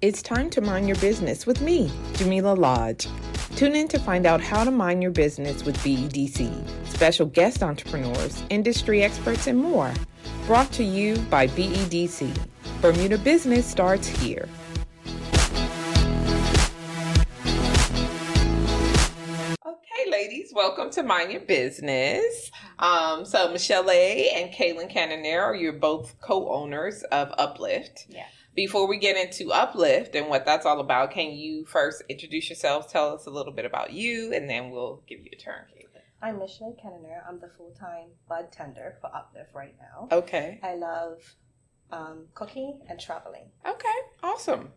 It's time to mind your business with me, Jamila Lodge. Tune in to find out how to mind your business with BEDC, special guest entrepreneurs, industry experts, and more. Brought to you by BEDC. Bermuda Business starts here. Okay, ladies, welcome to Mind Your Business. Um, so, Michelle A. and Kaylin Cananero, you're both co owners of Uplift. Yeah. Before we get into Uplift and what that's all about, can you first introduce yourselves, tell us a little bit about you, and then we'll give you a turn, Kaylin. I'm Michelle Kenner. I'm the full time bud tender for Uplift right now. Okay. I love um, cooking and traveling. Okay, awesome.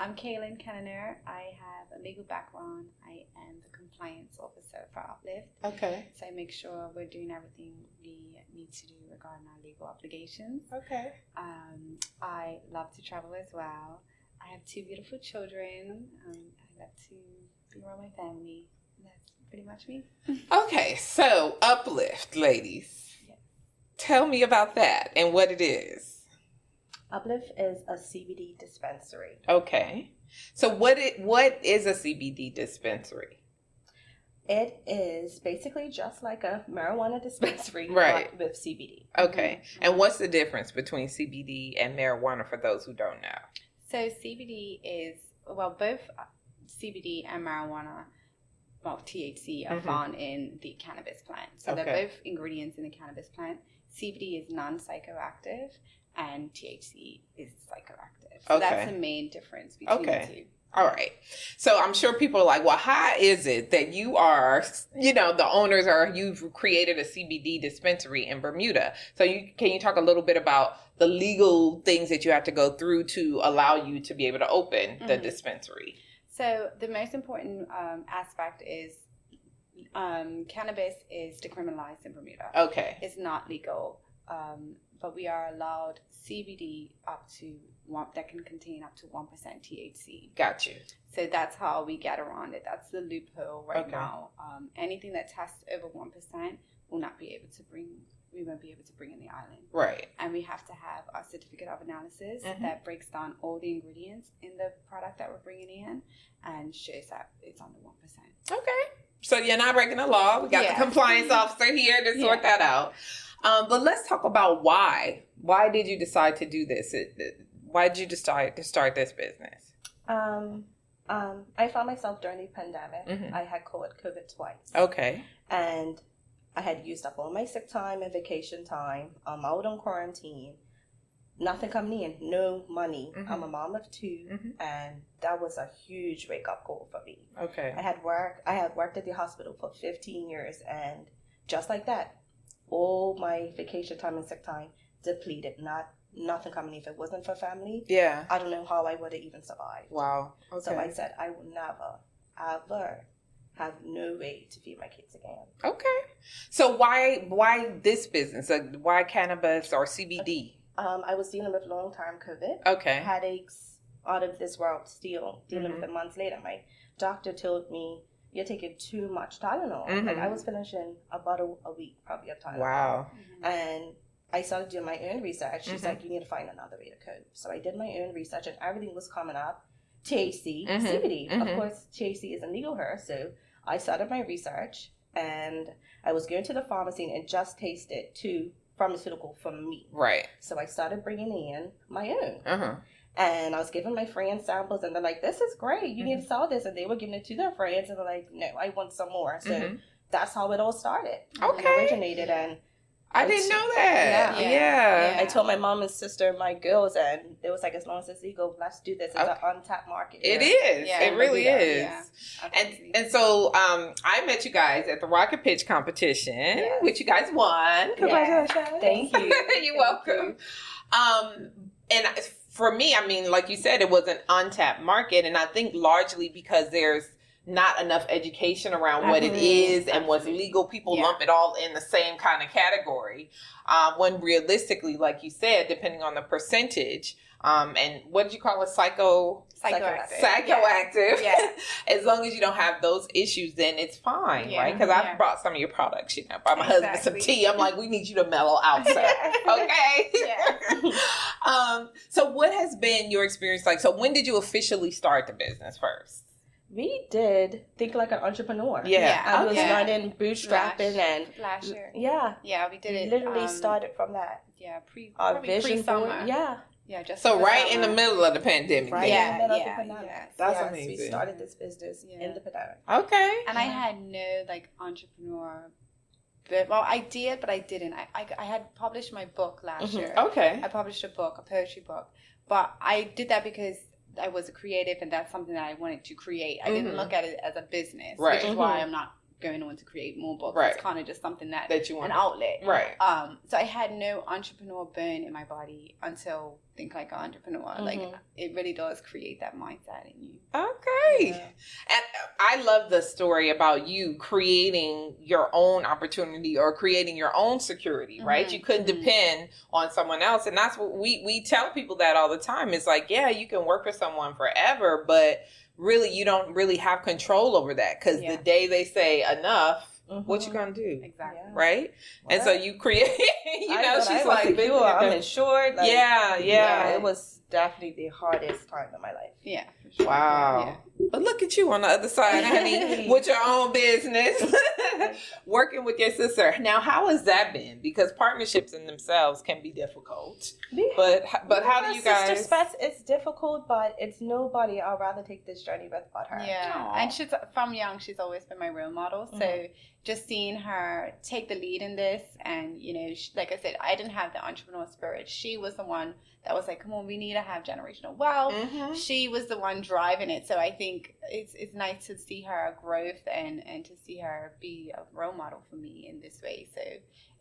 I'm Kaylin Kenner. I have a legal background. I am the compliance officer for Uplift. Okay. So I make sure we're doing everything we need to do regarding our legal obligations. Okay. Um, I love to travel as well. I have two beautiful children. Um, I love to be around my family. That's pretty much me. Okay, so Uplift, ladies. Yes. Tell me about that and what it is. Uplift is a CBD dispensary. Okay. So what it what is a CBD dispensary? It is basically just like a marijuana dispensary, Right. but with CBD. Okay. And what's the difference between CBD and marijuana for those who don't know? So CBD is well, both CBD and marijuana, well, THC are Mhm. found in the cannabis plant. So Okay. they're both ingredients in the cannabis plant. CBD is non-psychoactive, and THC is psychoactive. So that's Okay. the main difference between Okay. the two. All right. So I'm sure people are like, well, how is it that you are, you know, the owners are, you've created a CBD dispensary in Bermuda. So you, can you talk a little bit about the legal things that you have to go through to allow you to be able to open the Mhm. dispensary? So the most important um, aspect is um, cannabis is decriminalized in Bermuda. Okay. It's not legal, um, but we are allowed CBD up to one that can contain up to one percent THC. Got you. So that's how we get around it. That's the loophole right Okay. now. Um, anything that tests over one percent will not be able to bring. We won't be able to bring in the island, Right. and we have to have our certificate of analysis Mhm. that breaks down all the ingredients in the product that we're bringing in and shows that it's under one percent. Okay. So you're not breaking the law. We got Yeah. Mm-hmm. the compliance officer here to sort Yeah. that out. Um, but let's talk about why. Why did you decide to do this? It- it- Why did you decide to start this business? Um, um, I found myself during the pandemic. Mhm. I had caught COVID twice. Okay. and I had used up all my sick time and vacation time. I'm out on quarantine. Nothing coming in, no money. Mhm. I'm a mom of 2 Mhm. and that was a huge wake up call for me. Okay. I had work. I had worked at the hospital for 15 years, and just like that, all my vacation time and sick time depleted. Not nothing coming. in. If it wasn't for family, Yeah. I don't know how I would have even survived. Wow. Okay. So I said, I will never, ever have no way to feed my kids again. okay. So why why this business? Like, why cannabis or CBD? Um, I was dealing with long term COVID, Okay. headaches, out of this world, still dealing Mhm. with it months later. My doctor told me, You're taking too much Tylenol. Like, Mhm. I was finishing a bottle a week, probably of Tylenol. Wow. And I started doing my own research. She's Mhm. like, You need to find another way to cope. So I did my own research, and everything was coming up THC, Mhm. CBD. Mhm. Of course, THC isn't legal here. So I started my research, and I was going to the pharmacy and just tasted two pharmaceutical for me. Right. So I started bringing in my own. Uh huh. And I was giving my friends samples, and they're like, this is great. You need to sell this. And they were giving it to their friends, and they're like, no, I want some more. So Mhm. that's how it all started. Okay. It originated. And I didn't know that. Yeah. Yeah. I told my mom and sister, my girls, and it was like, as long as it's legal, let's do this. It's Okay. an untapped market. It here. is. Yeah, it really Bermuda. is. Yeah. And, Absolutely. and so um, I met you guys at the Rocket Pitch competition, Yes. which you guys won. Congratulations. Thank you. You're welcome. Um, and I- for me, I mean, like you said, it was an untapped market, and I think largely because there's not enough education around what it Absolutely. is and what's legal. People Yeah. lump it all in the same kind of category. Um, when realistically, like you said, depending on the percentage, Um, and what did you call it? Psycho Psychoactive. psychoactive. Yeah. as long as you don't have those issues, then it's fine, Yeah. right? Because Yeah. I've brought some of your products. You know, I bought my husband some Exactly. tea. I'm like, we need you to mellow out, sir. okay. Yeah. um. So, what has been your experience like? So, when did you officially start the business first? We did think like an entrepreneur. Yeah. I was Okay. running bootstrapping and Last year. yeah, Yeah, we did it. literally um, started from that. Yeah, pre Our probably pre vision board. summer. Yeah, yeah, just So, for right in the summer. middle of the pandemic. then. Right. Yeah, in the middle of yeah, the pandemic. yes. That's yes, We amazing. started this business Yeah. in the pandemic. Okay. And I had no like entrepreneur. But, well, I did, but I didn't. I, I, I had published my book last Mhm. year. Okay. I published a book, a poetry book, but I did that because I was a creative and that's something that I wanted to create. I Mhm. Mm-hmm. didn't look at it as a business, Right. which is why I'm not going on to create more books. Right. It's kind of just something that That you an want. outlet. Right. Um, so I had no entrepreneur burn in my body until think like an entrepreneur. Like Mhm. it really does create that mindset in you. Okay. Yeah. And I love the story about you creating your own opportunity or creating your own security, right? Mhm. You couldn't Mhm. depend on someone else. And that's what we, we tell people that all the time. It's like, yeah, you can work for someone forever, but really you don't really have control over that because Yeah. the day they say enough, what you Mhm. gonna do? Exactly. Yeah. Right? And so Right. you create, you know, I thought I she's was like, secure, I'm insured. Like, yeah, yeah. It was definitely the hardest time of my life. Yeah. for sure. Wow. But look at you on the other side, honey, with your own business, working with your sister. Now, how has that been? Because partnerships in themselves can be difficult. But but how do you Sister guys? Spats, it's difficult, but it's nobody. I'd rather take this journey with but her. Yeah. yeah. Aw. And she's from young, she's always been my role model. So Mhm. just seeing her take the lead in this, and you know, she, like I said, I didn't have the entrepreneurial spirit. She was the one that was like, "Come on, we need to have generational wealth." Mhm. she was the one driving it. So I think it's it's nice to see her growth and and to see her be a role model for me in this way. So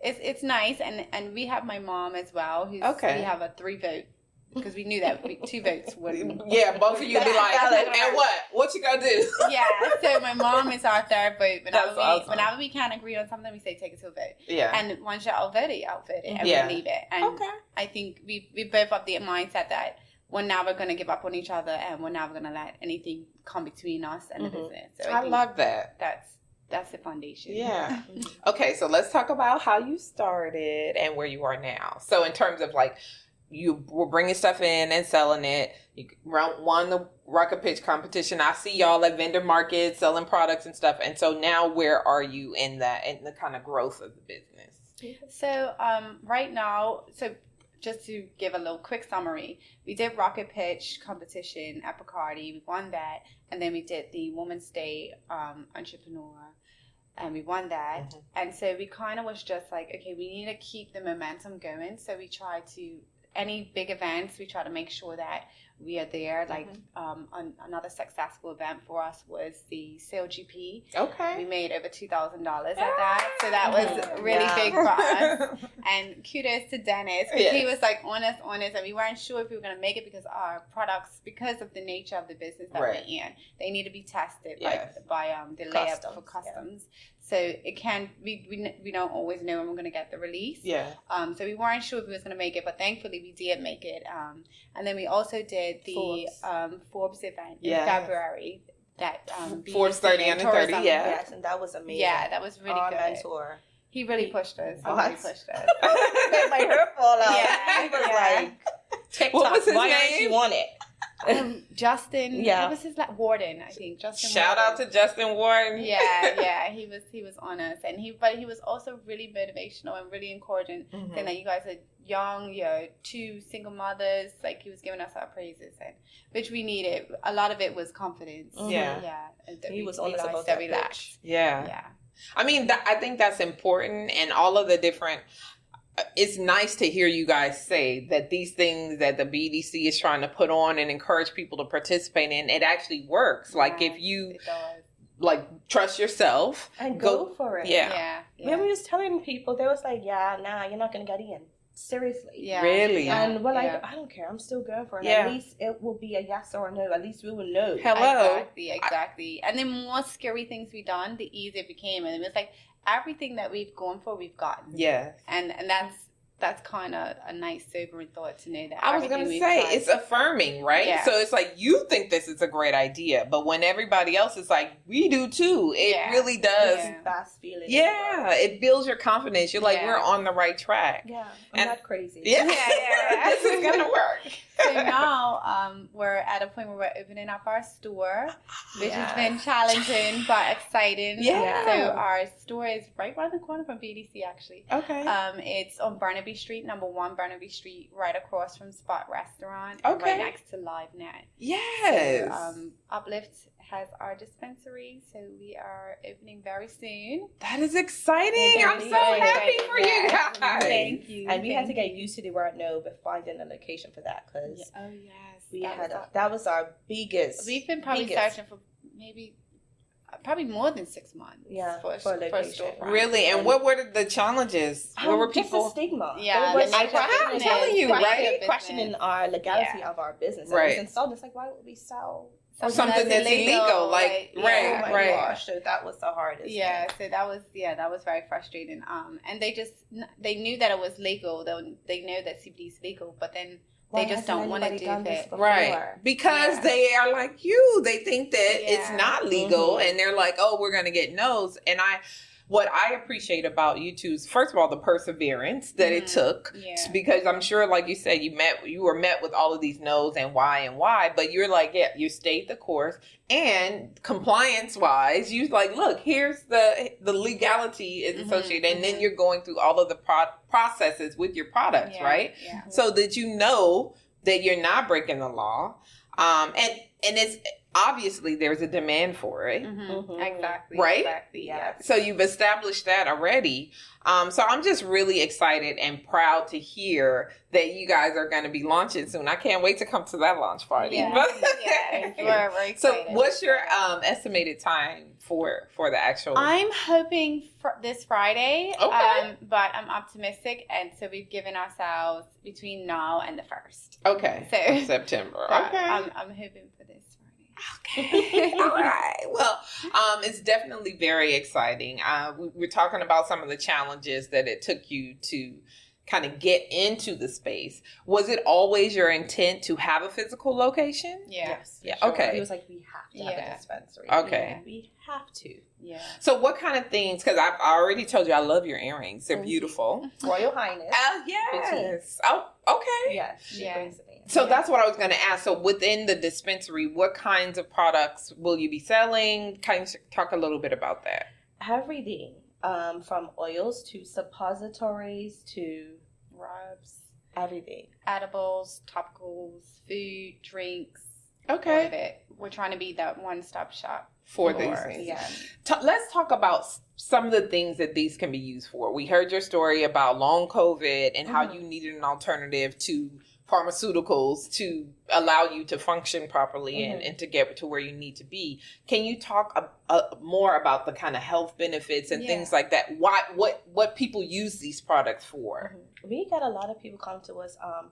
it's it's nice, and and we have my mom as well. Who's Okay. we have a three vote because we knew that we, two votes wouldn't. Yeah, both of you be like, That's not gonna and work. what? What you gonna do? Yeah, so my mom is our third vote. Whenever That's we, awesome. whenever we can't agree on something, we say take it to a vote. Yeah. And once you're out voted, you out voted, and Yeah. we leave it. And Okay. I think we we both have the mindset that we're never going to give up on each other and we're never going to let anything come between us and Mhm. the business. So I, Mm-hmm. I think love that. that's that's the foundation. Yeah. Mm-hmm. Okay, so let's talk about how you started and where you are now. So, in terms of like, you were bringing stuff in and selling it. You round- won the rocket pitch competition. I see y'all at vendor markets selling products and stuff. And so now, where are you in that in the kind of growth of the business? So um, right now, so just to give a little quick summary, we did rocket pitch competition at Bacardi. We won that, and then we did the Women's Day um, entrepreneur, and we won that. Mhm. And so we kind of was just like, okay, we need to keep the momentum going. So we try to any big events, we try to make sure that we are there. Like um, an, another successful event for us was the Sale GP. We Okay. Mm-hmm. made over two thousand dollars at that, so that was Mhm. really Wow. big for us and kudos to Dennis because Yes. he was like on us, on us, and we weren't sure if we were going to make it because our products, because of the nature of the business that Right. we're in, they need to be tested Yes. by by um, the layup Customs, for yeah. customs. So it can we, we n- we don't always know when we're going to get the release. yeah. Um, so we weren't sure if we was going to make it, but thankfully we did make it. Um, and then we also did the Forbes. Forbes, um, Forbes event Yes. in February. That um, Forbes BBC 30 under 30, tourism- yeah. Yes, and that was amazing. yeah, that was really Our good. mentor. He really pushed us. He Oh, really that's- pushed us. Made my hair fall out. Yeah, He was yeah. like, TikTok, What was his why aren't name? you on it? um, Justin. Yeah. What was his like Warden? I think Justin. Shout out Warden. to Justin Warren. Yeah, yeah. He was he was on us, and he but he was also really motivational and really encouraging, saying Mhm. that you guys are young, you're two single mothers. Like he was giving us our praises, and which we needed. A lot of it was confidence. Mhm. Mm, Yeah. yeah. and that He we was on us realized about that that we pitch. lacked. Yeah. Yeah. I mean, th- I think that's important, and all of the different. It's nice to hear you guys say that these things that the BDC is trying to put on and encourage people to participate in, it actually works. Like if Yes, you it does. like trust yourself, Mm-hmm. And Go- go, for it. Yeah. yeah, yeah. When we was telling people, they was like, yeah, nah, you're not going to get in. Seriously. Yeah. Really? yeah, And we're like, yeah. I don't care. I'm still going for it. Yeah. At least it will be a yes or a no. At least we will know. hello, Exactly, exactly. and the more scary things we done, the easier it became. And it was like everything that we've gone for, we've gotten. yes, And and that's that's kind of a nice sobering thought to know that. I was everything going to we've say tried- it's affirming, right? Yeah. So it's like you think this is a great idea, but when everybody else is like, we do too, it Yeah. really does. Yeah. Yeah. Fast feeling. as it builds your confidence. You're like, Yeah. we're on the right track. well. Yeah. I'm And- not crazy. Yeah, Yeah, yeah. this is gonna work. so now um, we're at a point where we're opening up our store, which Yes. has been challenging but exciting. Yeah. So our store is right around the corner from BDC actually. Okay. Um, it's on Burnaby Street, number one Burnaby Street, right across from Spot Restaurant, and Okay. right next to Live Net. yes. So, um, Uplift has our dispensary, so we are opening very soon. that is exciting. Yeah, I'm so yeah, happy yeah, for you yeah. guys. Thank you. And we had to get used to the word no, but finding a location for that because Oh yes, we that had was a, that was our biggest. We've been probably biggest. searching for maybe uh, probably more than six months. Yeah, for, a- for a for a location. storefront. Really? And what were the challenges? what Um, were just people? the stigma? Yeah, There the was nature of questioning- business, I'm telling you, right? questioning- business. Questioning our legality of our business. Right. Right. It was installed. It's like why would we sell Something that's illegal, like, oh right, my right. gosh, so that was the hardest. Yeah, so that was yeah, that was very frustrating. Um, and they just n- they knew that it was legal. They they know that CBD is legal, but then Why they just hasn't don't want to anybody do done this that. before? Right. Because Yeah. they are like you. They think that it's Yeah. not legal Mhm. and they're like, oh, we're going to get no's. And I, what I appreciate about you two is, first of all, the perseverance that it Mhm. took. Yeah, Because I'm sure, like you said, you met, you were met with all of these no's and why and why, but you're like, yeah, you stayed the course, and compliance wise, you like, look, here's the the legality is Mhm, associated, and then mhm. you're going through all of the pro- processes with your products, yeah, right? Yeah. so that you know that you're not breaking the law um and and it's obviously there's a demand for it Mhm. Mhm. Exactly. Right? Exactly. Yeah. so you've established that already um so i'm just really excited and proud to hear that you guys are going to be launching soon i can't wait to come to that launch party Yeah. yeah. But- We're very so excited. what's your um estimated time for for the actual I'm hoping for this Friday, Okay. um, but I'm optimistic, and so we've given ourselves between now and the first. okay So- september So okay I'm, I'm hoping for this Friday. All right. Well, um, it's definitely very exciting. Uh, we, we're talking about some of the challenges that it took you to kind of get into the space. Was it always your intent to have a physical location? Yeah. Yes. Yeah, sure. okay. He was like, we have to have Yeah. a dispensary. Okay. We have to. Yeah. So, what kind of things? Because I've already told you I love your earrings. They're Thank you. beautiful. Royal Highness. Oh, yes. Oh, okay. yes. She Yeah. brings it in. So Yeah. that's what I was going to ask. So within the dispensary, what kinds of products will you be selling? Kind of talk a little bit about that. Everything um, from oils to suppositories to Rubs, everything. edibles, topicals, food, drinks. All of Okay. it. We're trying to be that one stop shop. For Of these course, things. Yeah. T- let's talk about s- some of the things that these can be used for. We heard your story about long COVID and how Mm-hmm. Mhm. you needed an alternative to pharmaceuticals to allow you to function properly and, Mm-hmm. and to get to where you need to be. Can you talk a, a, more about the kind of health benefits and Yeah. things like that? Why, what, what people use these products for? Mm-hmm. We get a lot of people come to us. Um,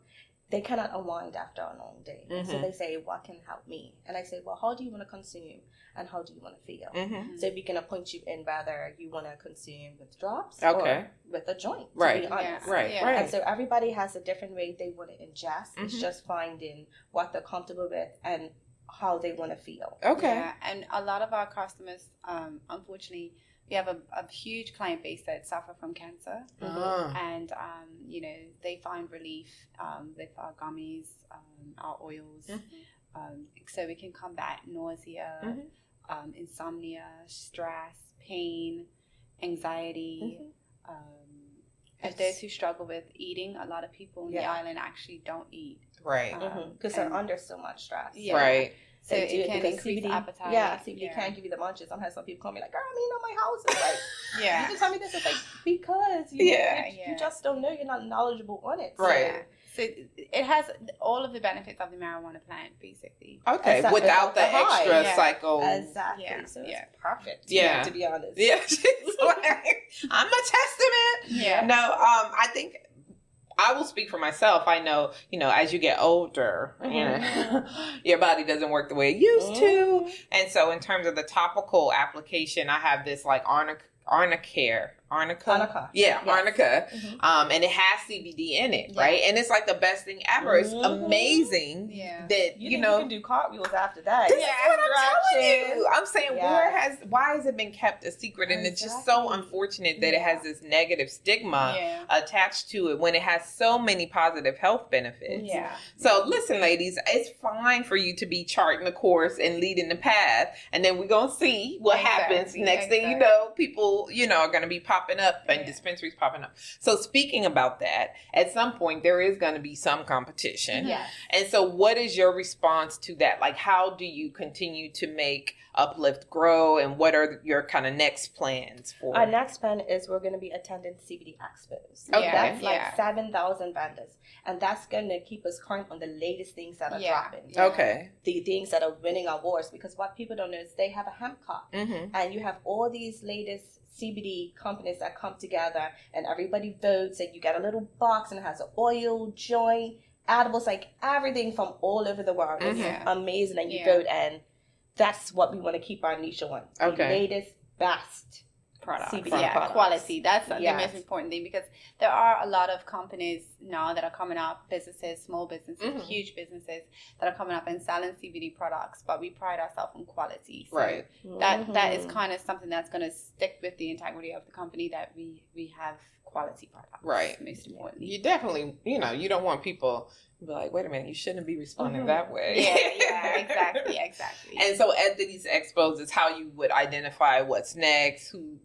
they cannot unwind after a long day, so Mhm. they say, "What can help me?" And I say, "Well, how do you want to consume, and how do you want to feel?" Mm-hmm. So we can appoint you in whether you want to consume with drops Okay. or with a joint. to Right. be honest. Right, Yeah. right. And so everybody has a different way they want to ingest. It's Mhm. just finding what they're comfortable with and how they want to feel. Okay. Yeah, and a lot of our customers, um, unfortunately, we have a, a huge client base that suffer from cancer, Mm-hmm. Ah. and um, you know they find relief um, with our gummies, um, our oils, Mhm. Mm-hmm. um, so we can combat nausea, Mhm. um, insomnia, stress, pain, anxiety. Mm-hmm. Um, and It's- those who struggle with eating, a lot of people on the Yeah. island actually don't eat. Right. Um, Because and- they're under so much stress. Yeah. Right. So They do it can because increase CBD appetite. Yeah, CBD yeah. can't give you the munchies. Sometimes some people call me like, "Girl, I'm eating on my house." It's like, Yeah. you just tell me this. It's like because you, Yeah. you, Yeah. you just don't know. You're not knowledgeable on it. Right. Yeah. So it- it has all of the benefits of the marijuana plant, basically. Okay. Exactly. Without the The high. extra uh, Yeah. cycle. Exactly. Yeah, So it's yeah. perfect. Yeah. To be honest. Yeah, she's like, I'm a testament. Yeah. No, um, I think I will speak for myself. I know, you know, as you get older, you know, your body doesn't work the way it used to. And so, in terms of the topical application, I have this like arnica, arnica care Arnica. Hanukkah. Yeah, Yes. Arnica. Mhm. Um, and it has CBD in it, Yeah. right? And it's like the best thing ever. It's Mhm. amazing Yeah. that you You, can- know you can do cartwheels after that. This Yeah, is what I'm telling distractions. you. I'm saying Yeah. where has why has it been kept a secret? And it's just so Exactly. unfortunate that it Yeah. has this negative stigma yeah. attached to it when it has so many positive health benefits. Yeah. So listen, ladies, it's fine for you to be charting the course and leading the path, and then we're gonna see what Exactly, happens. Next thing you exactly. know, people, you know, are gonna be popping up and Yeah. dispensaries popping up. So speaking about that, at some point there is gonna be some competition. Yeah. And so, what is your response to that? Like, how do you continue to make Uplift grow, and what are your kind of next plans for? Our next plan is we're going to be attending CBD expos. Okay. That's like Yeah. 7,000 vendors. And that's going to keep us current on the latest things that are Yeah. dropping. Yeah. Okay. The things that are winning awards. Because what people don't know is they have a hemp card. Mm-hmm. And you have all these latest CBD companies that come together and everybody votes and you get a little box and it has an oil, joint, edibles, like everything from all over the world. It's Mhm. amazing and you Mm-hmm. Yeah. vote and that's what we want to keep our niche on. The Okay. latest, best. Products. CBD yeah, products. quality. That's Yes. the most important thing because there are a lot of companies now that are coming up, businesses, small businesses, Mhm. huge businesses that are coming up and selling CBD products, but we pride ourselves on quality. So Right. that that is Mhm. kind of something that's going to stick with the integrity of the company that we we have quality products Right. most importantly You definitely, you know, you don't want people to be like, wait a minute, you shouldn't be responding Mhm. that way. Mm-hmm. yeah yeah exactly exactly And so, at these expos, is how you would identify what's next, who,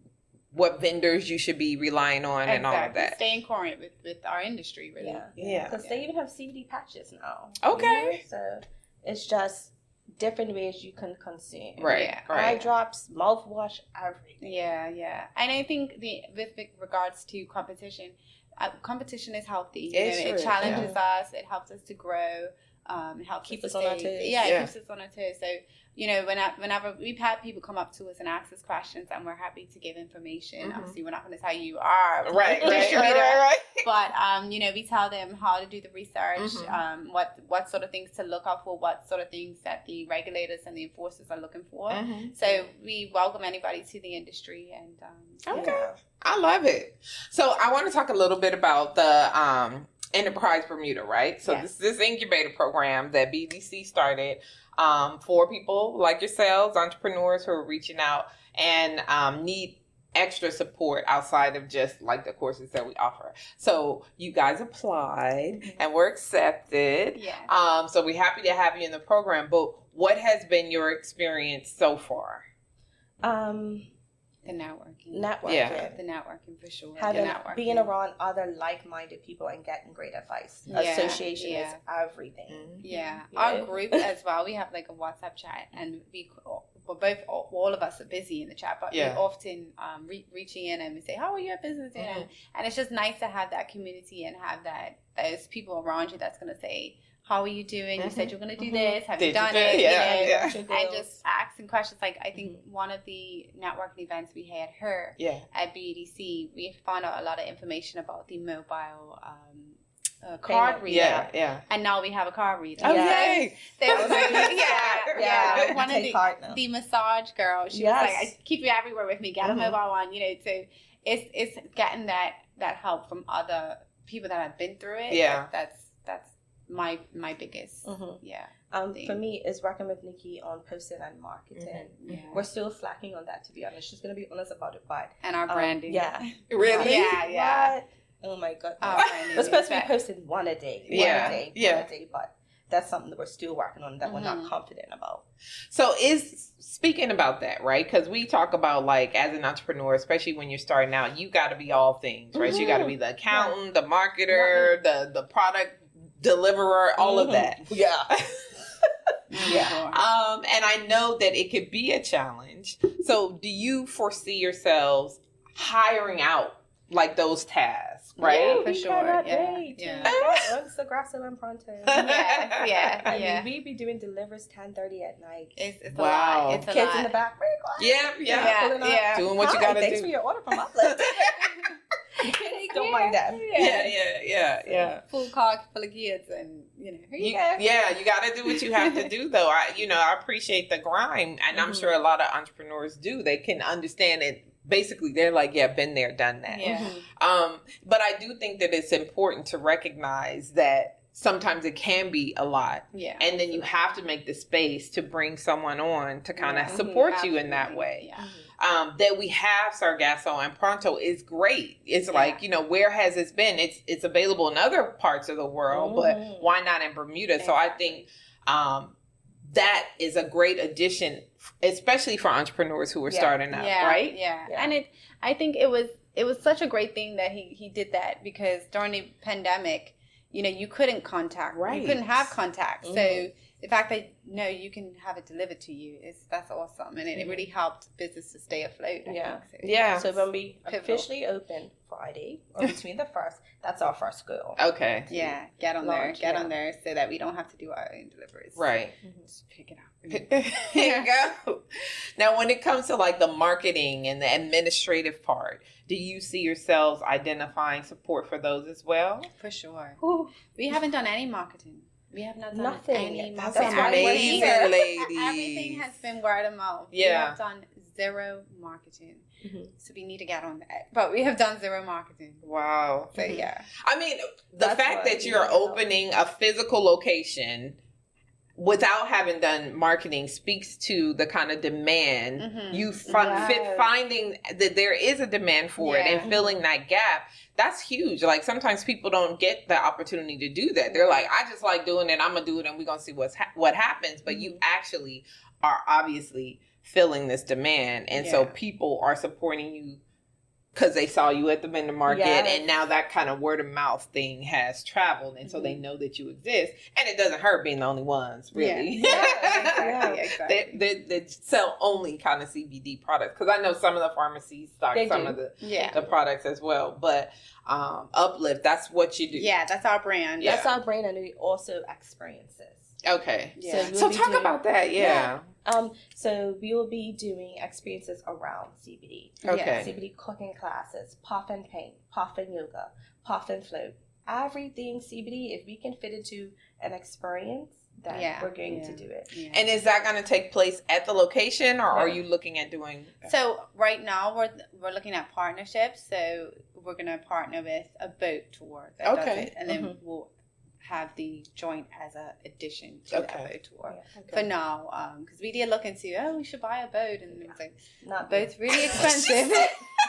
what vendors you should be relying on, and all of Exactly. that. staying current with with our industry really Yeah. Yeah. Because they even have CBD patches now. Okay. So it's just different ways you can consume. Right. Yeah. Eye Right. drops, mouthwash, everything. Yeah, yeah, and I think the with with regards to competition, uh, competition is healthy. You It know, sure it is, challenges us. It helps us to grow. Um, it helps Keeps us us on our stay- toes. Yeah, Yeah. it keeps us on our toes. So you know, when I, whenever we've had people come up to us and ask us questions, and we're happy to give information. Mhm. Obviously, we're not going to tell you "Ah, our Right. Right. Right. distributor, Right. but um, you know, we tell them how to do the research, Mhm. um, what what sort of things to look out for, what sort of things that the regulators and the enforcers are looking for. right. Mhm. So we welcome anybody to the industry, and um, Okay. I love it. So I want to talk a little bit about the um, Enterprise Bermuda, right? So Yes. this this incubator program that BDC started um, for people like yourselves, entrepreneurs who are reaching out and um, need extra support outside of just like the courses that we offer. So you guys applied Mm-hmm. Mhm. and were accepted. yeah. Um, so we're happy to have you in the program. But what has been your experience so far? Um, the networking, networking. Yeah. the networking for sure, Having, the networking. being around other like-minded people and getting great advice. Yeah, Association is yeah. Mm-hmm. everything. Yeah, Yeah. our group as well. We have like a WhatsApp chat, and we we're both all of us are busy in the chat, but Yeah. we're often um, re- reaching in and we say, "How are your business doing?" Mhm. And it's just nice to have that community and have that those people around you that's going to say, "How are you doing?" You said you're going to do Mhm. this. Have you Mm-hmm. Did done do- it? You Yeah, Mm-hmm. know, yeah, And just asking questions. Like I think one of the networking events we had her yeah. at BDC, we found out a lot of information about the mobile um, uh, card Payment. reader. Yeah, yeah. And now we have a card reader. Oh, Yeah. yay. They were like, yeah, yeah. Yeah. One of Take the, part now. the massage girl. She was Yes. Uh-huh. like, I keep you everywhere with me. Get Mhm. a mobile one, you know. So it's it's getting that that help from other people that have been through it. Yeah. That- that's that's my my biggest. Mhm. Yeah. Um, thing. for me, is working with Nikki on posting and marketing. Yeah. We're still slacking on that, to be honest. She's gonna be honest about it, but And our um, branding. yeah, Really? Yeah, yeah. What? Oh my god. Our branding. We're supposed to But- be posting one a day. One Yeah, a day. yeah. One a day, but that's something that we're still working on that we're not Mhm. confident about. So is speaking about that, right? Because we talk about like as an entrepreneur, especially when you're starting out, you got to be all things, right? You got Mm-hmm. to be the accountant, the marketer, the the product deliverer, all of Mhm. Mm-hmm. that. Yeah. yeah. Um, and I know that it could be a challenge. So do you foresee yourselves hiring out like those tasks, right? Yeah. for we sure, Cannot yeah, Wait yeah. To once the grass is in pronto. yeah. Yeah. I Yeah. mean, we be doing delivers ten thirty at night. It's, it's Wow. a lot. It's a Kids lot. in the back. break, what? Yeah, yeah. Yeah, pulling up. yeah. Doing what you Hi, got to do. Thanks for your order from Outlet. Don't mind that. yeah, yeah, yeah, yeah. Full cock, full of kids, and you know, here you, You, go. yeah, you got to do what you have to do, though. I, you know, I appreciate the grind, and I'm Mm-hmm. Mhm. sure a lot of entrepreneurs do. They can understand it basically they're like, yeah, been there, done that. Yeah. Um, but I do think that it's important to recognize that sometimes it can be a lot. Yeah. And then you have to make the space to bring someone on to kind of Yeah. Mhm. support you in that Absolutely. way Yeah. um, that we have Sargasso and Pronto is great. It's Yeah. like you know where has this been? It's it's available in other parts of the world, Mhm. but why not in Bermuda? So I think um, that is a great addition, especially for entrepreneurs who are Yeah. starting out, yeah, right? Yeah. Yeah. And it I think it was it was such a great thing that he he did that because during the pandemic, you know, you couldn't contact. Right. You couldn't have contact. So Mm-hmm. Mhm. the fact that no, you can have it delivered to you is that's awesome, and it, it really helped business to stay afloat. I Mm-hmm. Yeah. think. So, Yeah. So when we Pivotal. officially open Friday or between the first, that's our first goal. Okay. Yeah, get on Launch, there, get yeah. on there, so that we don't have to do our own deliveries. Right. Just pick it up. Here you go. Now, when it comes to like the marketing and the administrative part, do you see yourselves identifying support for those as well? For sure. Whew. We haven't done any marketing. We have not done Nothing any yet. That's marketing. why we're amazing, here. ladies. Everything has been word of mouth. Yeah. Mm-hmm. We have done zero marketing. Mhm. So we need to get on that. But we have done zero marketing. Wow. So Mhm. yeah. I mean, the That's fact what that you you're know. opening a physical location without having done marketing speaks to the kind of Mm-hmm. demand Mhm. you fi- fi- Yes. finding that there is a demand for it Yeah. and filling that gap. That's huge. Like sometimes people don't get the opportunity to do that. They're like, I just like doing it. I'm gonna do it, and we're gonna see what's ha- what happens. But you Mm-hmm. actually are obviously filling this demand, and so Yeah. people are supporting you because they saw you at the vendor market Yes. and now that kind of word of mouth thing has traveled and so they Mm-hmm. know that you exist and it doesn't hurt being the only ones really Yeah. Yeah, exactly, They, exactly. they, they sell only kind of CBD products because I know some of the pharmacies stock They some do. of the, yeah. the products as well. But um, Uplift, that's what you do. Yeah, that's our brand. Yeah. That's our brand, and we also experiences. Okay. Yeah. We'll so be talk doing- about that. Yeah. Um, so we will be doing experiences around CBD, Okay. CBD cooking classes, puff and paint, puff and yoga, puff and float, everything CBD. If we can fit into an experience, then Yeah. we're going to Yeah. do it. Yeah. And is that going to take place at the location or are Yeah. you looking at doing? So right now we're we're looking at partnerships. So we're gonna partner with a boat tour that does Okay. Mm-hmm. it, and then we'll have the joint as a addition to that Okay. boat tour. For Okay. now, because we did look into oh we should buy a boat, and it was like Not boats really expensive.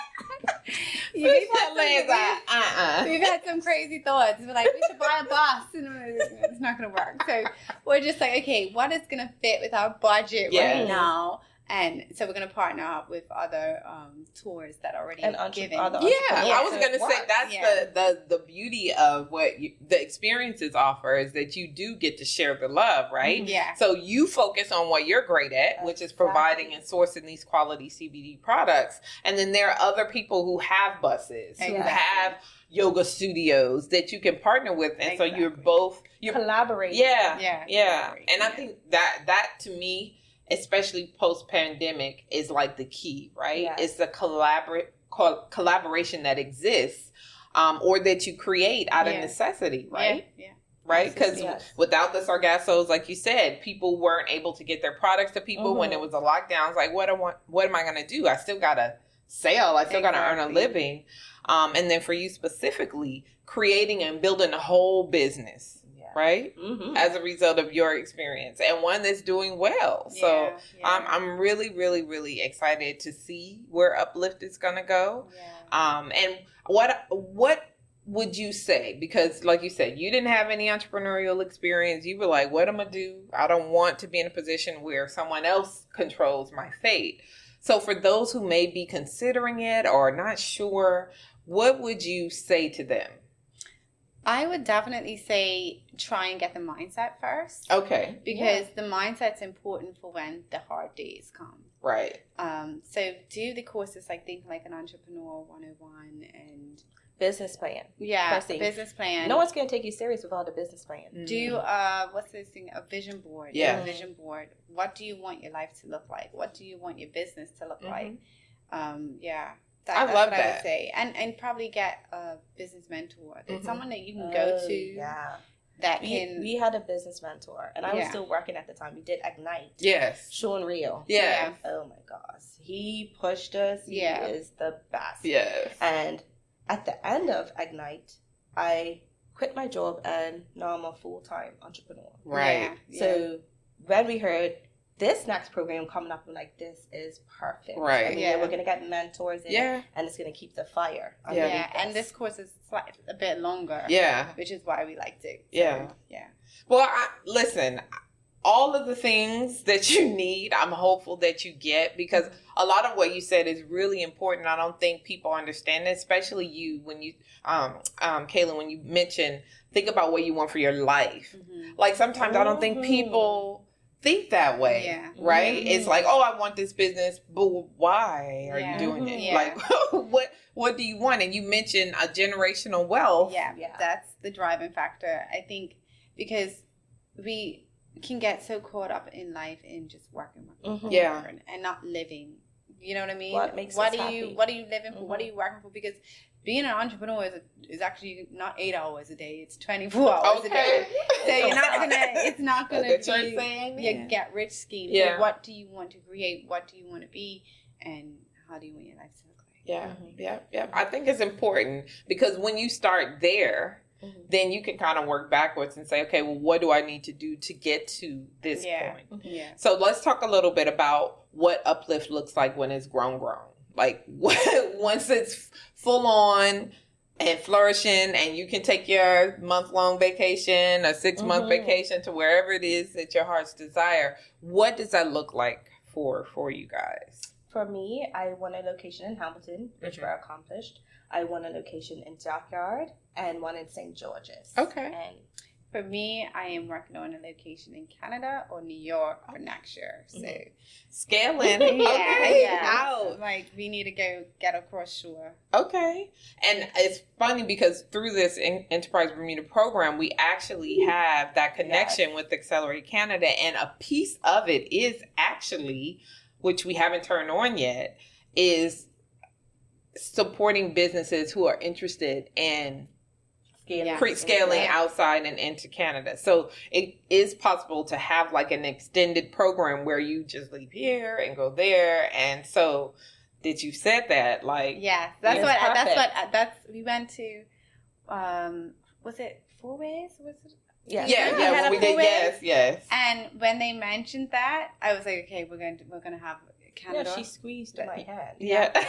You We've had some- Atlanta's like, uh-uh. We've had some crazy thoughts. We're like, we should buy a bus, and we're- it's not going to work. So we're just like, okay, what is going to fit with our budget Yes. right now? And so we're going to partner up with other um, tours that are already And entre- given. other Yeah, entrepreneurs I was to gonna say work. that's Yeah. the, the the beauty of what you, the experiences offer is that you do get to share the love, right? Yeah. So you focus on what you're great at, which is providing and sourcing these quality CBD products, and then there are other people who have buses, who Exactly. have yoga studios that you can partner with, and so you're Exactly. both you're collaborate. yeah Yeah. yeah Right, and i yeah. think that that to me especially post pandemic is like the key right Yeah. it's the collaborate co- collaboration that exists um, or that you create out Yeah. of necessity Yeah, right Yeah. right because Yes. without the sargassos like you said people weren't able to get their products to people when Mhm. it Mm-hmm. was a lockdown it's like what i want what am i going to do i still gotta sell i still gotta earn a Exactly. living um, and then for you specifically creating and building a whole business Yeah. right Mm-hmm. Mhm. as a result of your experience and one that's doing well. So Yeah, yeah, I'm, I'm really, really, really excited to see where Uplift is going to go. yeah. Um, and what what would you say? Because like you said, you didn't have any entrepreneurial experience. You were like, what am I do? I don't want to be in a position where someone else controls my fate. So for those who may be considering it or not sure, what would you say to them? I would definitely say try and get the mindset first Okay, because the mindset's important for when the hard days come. right. Um, so do the courses like Think Like an Entrepreneur 101 and Business plan. yeah, First the thing. business plan. No one's going to take you serious without a business plan. do uh, what's this thing? A vision board. Yeah. A vision board. What do you want your life to look like? What do you want your business to look Mhm. like? Mm-hmm. Um, yeah. I that's love what I that. would say. And and probably get a business mentor. There's Mhm. Someone that you can Mm-hmm. Oh, go to Yeah. that We, can we had a business mentor, and I was Yeah. still working at the time. We did Ignite, Yes. Sean Rio. Yeah. Oh my gosh. He pushed us. He Yeah. is the best. Yes. And at the end of Ignite, I quit my job and now I'm a full time entrepreneur. Right. yeah, yeah. So when we heard this next program coming up, I'm like, this is perfect. I Right. mean, Yeah. we're going to get mentors in, Yeah. and it's going to keep the fire. Yeah. yeah, underneath and us. this course is slight, a bit longer Yeah. which is why we liked it Yeah. yeah Well, I, listen, all of the things that you need, I'm hopeful that you get because a lot of what you said is really important. I don't think people understand, it, especially you when you, um, um, Kaylin, when you mentioned think about what you want for your life. Mm-hmm. Mhm. Like sometimes I don't think Mhm. people think that way. Yeah. Right? Mhm. It's like, oh, I want this business, but why are Yeah. you doing it? Yeah. Like, what what do you want? And you mentioned a generational wealth. yeah Yeah. that's the driving factor i think because we can get so caught up in life in just working working, Mhm. working, Mm-hmm. Yeah. working, and not living you know what i mean What makes what us are happy? you what are you living for what Mhm. are you working for because being an entrepreneur is, is actually not eight hours a day it's 24 hours a day Okay. so you're not gonna it's not gonna That's what I'm be saying. your get rich scheme Like, Yeah. what do you want to create what do you want to be and how do you want your life to look like Yeah, Mhm. yeah, yeah. I think it's important because when you start there, Mm-hmm. Mhm. then you can kind of work backwards and say, okay, well, what do I need to do to get to this Yeah. point? yeah So let's talk a little bit about what uplift looks like when it's grown, grown. Like what, once it's full on and flourishing, and you can take your month long vacation, a six month Mhm. Mm-hmm. vacation to wherever it is that your heart's desire. What does that look like for for you guys? For me, I want a location in Hamilton, which Mhm. we're accomplished. I want a location in Dockyard and one in St. George's. Okay. And For me, I am working on a location in Canada or New York for next year. So Mhm. Scaling, yeah, okay, yeah. out. like we need to go get across shore. Okay. And it's funny because through this en- Enterprise Bermuda program, we actually have that connection with Accelerate Canada. And a piece of it is actually, which we haven't turned on yet, is supporting businesses who are interested in scaling. Yeah. pre scaling Yeah. outside and into Canada. So it is possible to have like an extended program where you just leave here and go there. And so, did you said that? Like, Yes, that's Yes, what. perfect. That's what. uh, That's we went to. Um, was it four ways? Was it? yeah, Yeah. Yeah, yeah. we When had we a did, pool yes, yes. And when they mentioned that, I was like, okay, we're going to we're going to have Yeah, Canada. she squeezed my hand. Yeah.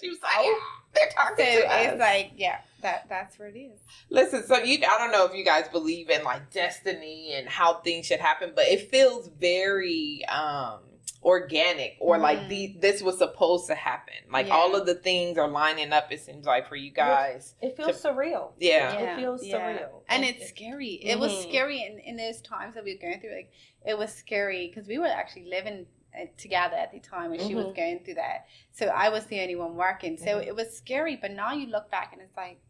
she was like, they're so talking to us. it's like, yeah, that that's where it is. Listen, so you, I don't know if you guys believe in like destiny and how things should happen, but it feels very um organic or like Mm. the, this was supposed to happen. Like Yeah. all of the things are lining up, it seems like, for you guys. It feels surreal. Yeah. It feels yeah. surreal. and it's scary. It Mm-hmm. was Mhm. scary in, in those times that we were going through. Like it was scary because we were actually living uh, together at the time when she was Mhm. going through that. So I was the only one working. So Mhm. it was scary. But now you look back and it's like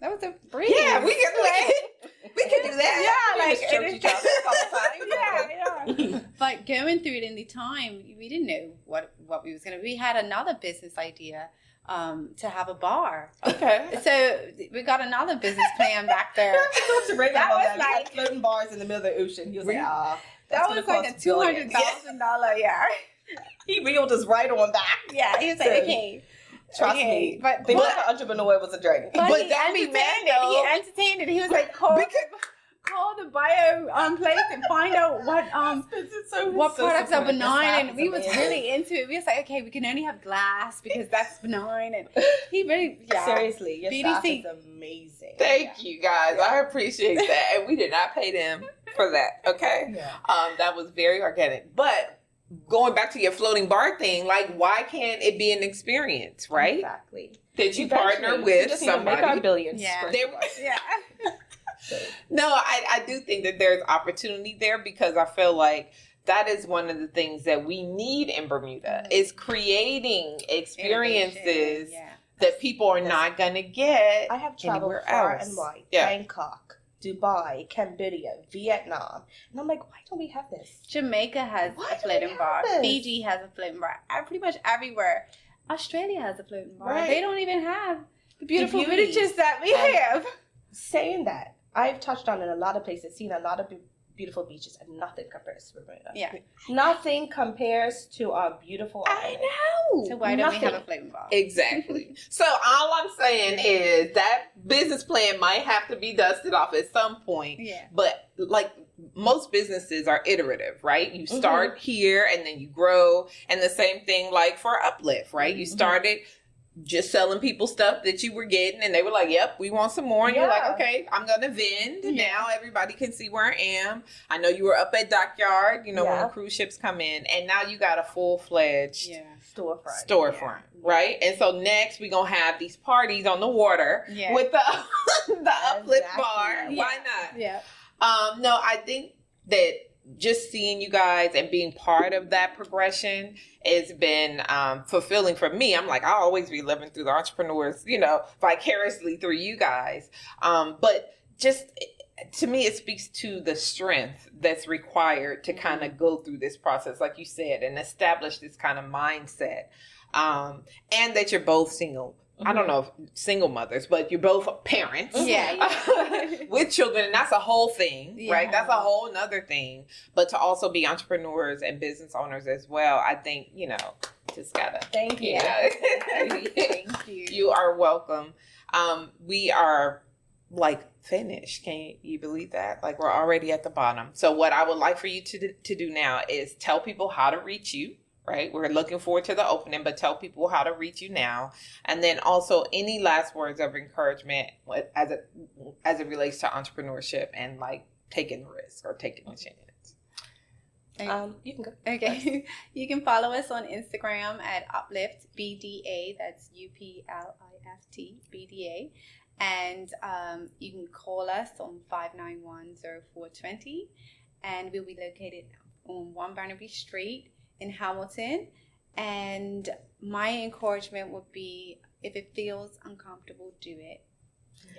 that was a breeze. Yeah, we can we can do that. Yeah, like We just it is joked each other all the time. yeah, yeah. But going through it in the time, we didn't know what what we was gonna. We had another business idea um, to have a bar. Okay. So we got another business plan back there. that was was like like- floating bars in the middle of the ocean. He was like, Really? ah, that's That gonna was like a cost two hundred billions. thousand dollar. Yeah, He reeled us right on back. yeah. He was like, So- okay. Trust Okay, me. but- Being but- an entrepreneur was a journey. But But, he that be entertained mad, though. it. He entertained it. He was like, call, call the bio um, place and find out what um what products are benign. And we was really into it. We was like, okay, we can only have glass because that's benign. And he really, yeah, Seriously, your staff BDC. is amazing. Thank you guys. I appreciate that. And we did not pay them for that. Okay. Yeah. Um, that was very organic. But going back to your floating bar thing, like why can't it be an experience, right? Exactly. That you Eventually, partner we with just need to somebody. Make our billions. Yeah. first There- of all. yeah. No, I, I do think that there's opportunity there because I feel like that is one of the things that we need in Bermuda Mm-hmm. Mhm. is creating experiences Innovation, Yeah. that people are Yes. not gonna get. I have traveled Anywhere far else. and wide. Yeah. Bangkok, Dubai, Cambodia, Vietnam. And I'm like, why don't we have this? Jamaica has Why a do we floating have bar. this? Fiji has a floating bar. I- Pretty much everywhere. Australia has a floating bar. Right. They don't even have the beautiful beauty. villages that we And- have. Saying that, I've touched on in a lot of places, seen a lot of be- beautiful beaches, and nothing compares to Bermuda. Yeah. Nothing compares to our beautiful I island. know. So why don't we have a Nothing. floating bar? Exactly. so all I'm saying is that business plan might have to be dusted off at some point. Yeah. But like most businesses are iterative, right? You start here and then you grow. And the same thing like for Uplift, right? You Mhm. started just selling people stuff that you were getting and they were like, Yep, we want some more. And you're Yeah. like, Okay, I'm gonna vend. Yeah. Now everybody can see where I am. I know you were up at Dockyard, you know, Yeah. when cruise ships come in, and now you got a full fledged Yeah. Storefront. storefront, right? And so next we gonna have these parties on the water Yeah. with the the uplift bar. Exactly. Why yeah. not? Um, no, I think that just seeing you guys and being part of that progression has been um, fulfilling for me. I'm like I always be living through the entrepreneurs, you know, vicariously through you guys. Um, but just to me, it speaks to the strength that's required to kind of go through this process, like you said, and establish this kind of mindset. Um, and that you're both single. I don't know if single mothers, but you're both parents. Yeah, yeah. with children, and that's a whole thing, right? Yeah. That's a whole nother thing. But to also be entrepreneurs and business owners as well, I think, you know, just gotta Thank you. Yeah. Thank you. you are welcome. Um, we are like finished. Can you believe that? Like we're already at the bottom. So what I would like for you to to do now is tell people how to reach you. Right, we're looking forward to the opening, but tell people how to reach you now, and then also any last words of encouragement what- as it as it relates to entrepreneurship and like taking risk or taking a chance. Um, you can go. Okay. You can follow us on Instagram at Uplift BDA. That's U P L I F T B D A. And um, you can call us on 591-0420. And we'll be located on 1 Barnaby Street in Hamilton. And my encouragement would be if it feels uncomfortable, do it.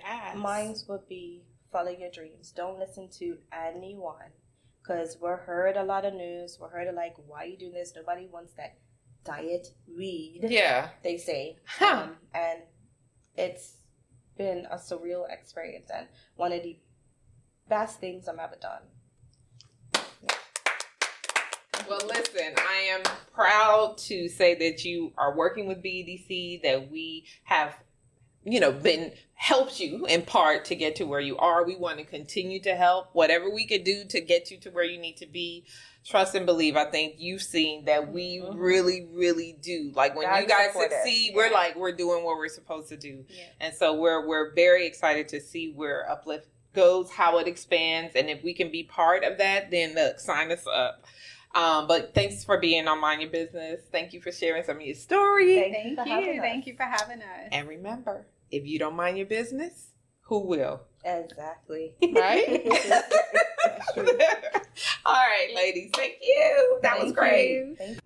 Yeah, Mines would be follow your dreams. Don't listen to anyone because we're heard a lot of news. We're heard of like, why you doing this? Nobody wants that diet weed, Yeah, they say. Huh. Um, and it's been a surreal experience and one of the best things I've ever done. Well, listen, I am proud to say that you are working with BEDC, that we have, you know, been helped you in part to get to where you are. We want to continue to help whatever we could do to get you to where you need to be. Trust and believe. I think you've seen that we Mhm. really, really do. Like when God's you guys supportive. succeed, we're Yeah. like we're doing what we're supposed to do. Yeah. And so we're we're very excited to see where Uplift goes, how it expands, and if we can be part of that, then look, sign us up. Um, but thanks for being on Mind Your Business. Thank you for sharing some of your story. Thank you Thank for you. having us. Thank you for having us. And remember, if you don't mind your business, who will? Exactly. Right? All right, ladies. Thank you. That was Thank great. you. Thank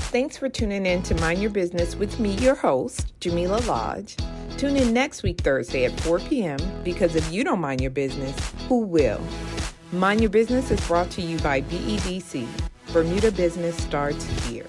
Thanks for tuning in to Mind Your Business with me, your host, Jamila Lodge. Tune in next week, Thursday at 4 p.m. because if you don't mind your business, who will? E Mind Your Business is brought to you by BEDC. Bermuda Business starts here.